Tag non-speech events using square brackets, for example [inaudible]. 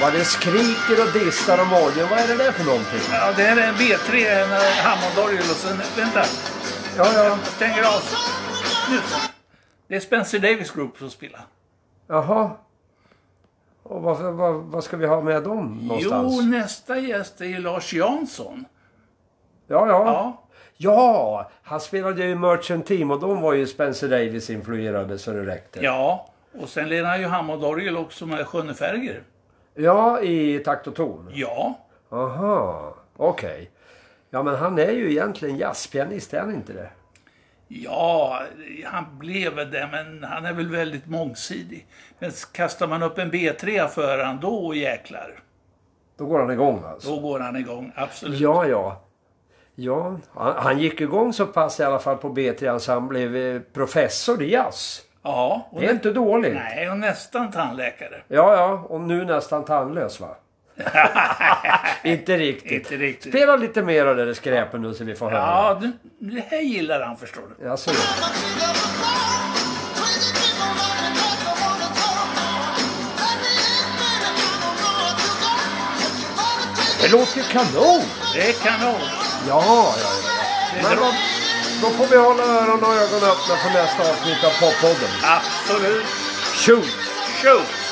Vad det skriker och distar om orgeln. Vad är det där för någonting? Ja, det här är en B3, en eh, Hammondorgel och sen, vänta, Ja, ja. jag stänger av. Nu. Det är Spencer Davis Group som spelar. Jaha. Och vad, vad, vad ska vi ha med dem någonstans? Jo, nästa gäst är ju Lars Jansson. ja, ja, ja. Ja, han spelade ju i Merchant Team och de var ju Spencer Davis influerade så det räckte. ja. Och sen lirar han ju Hammondorgel också med Schönefärger. Ja, i takt och ton. Ja, Aha, okej. Ja, men han är ju egentligen jazzpianist, är han inte det? ja, han blev väl det, men han är väl väldigt mångsidig. Men kastar man upp en B3 för han, då jäklar. Då går han igång alltså. Då går han igång, absolut. Ja, ja. Ja, han, han gick igång så pass i alla fall på B3 så han blev eh, professor i jazz. Ja, och Det är nä- inte dåligt. Nej, och nästan tandläkare. Ja, ja, och nu nästan tandlös [laughs] va? inte riktigt. Inte riktigt. Spela lite mer av det där skräpen nu så vi får höra. Ja, du- det här gillar han förstår du. Ja. Alltså, det låter ju kanon! Det är kanon. Ja, ja, ja. Men då, då får vi hålla öron och ögonen öppna för nästa avsnitt av poppodden. Absolut. Shoot! Shoot!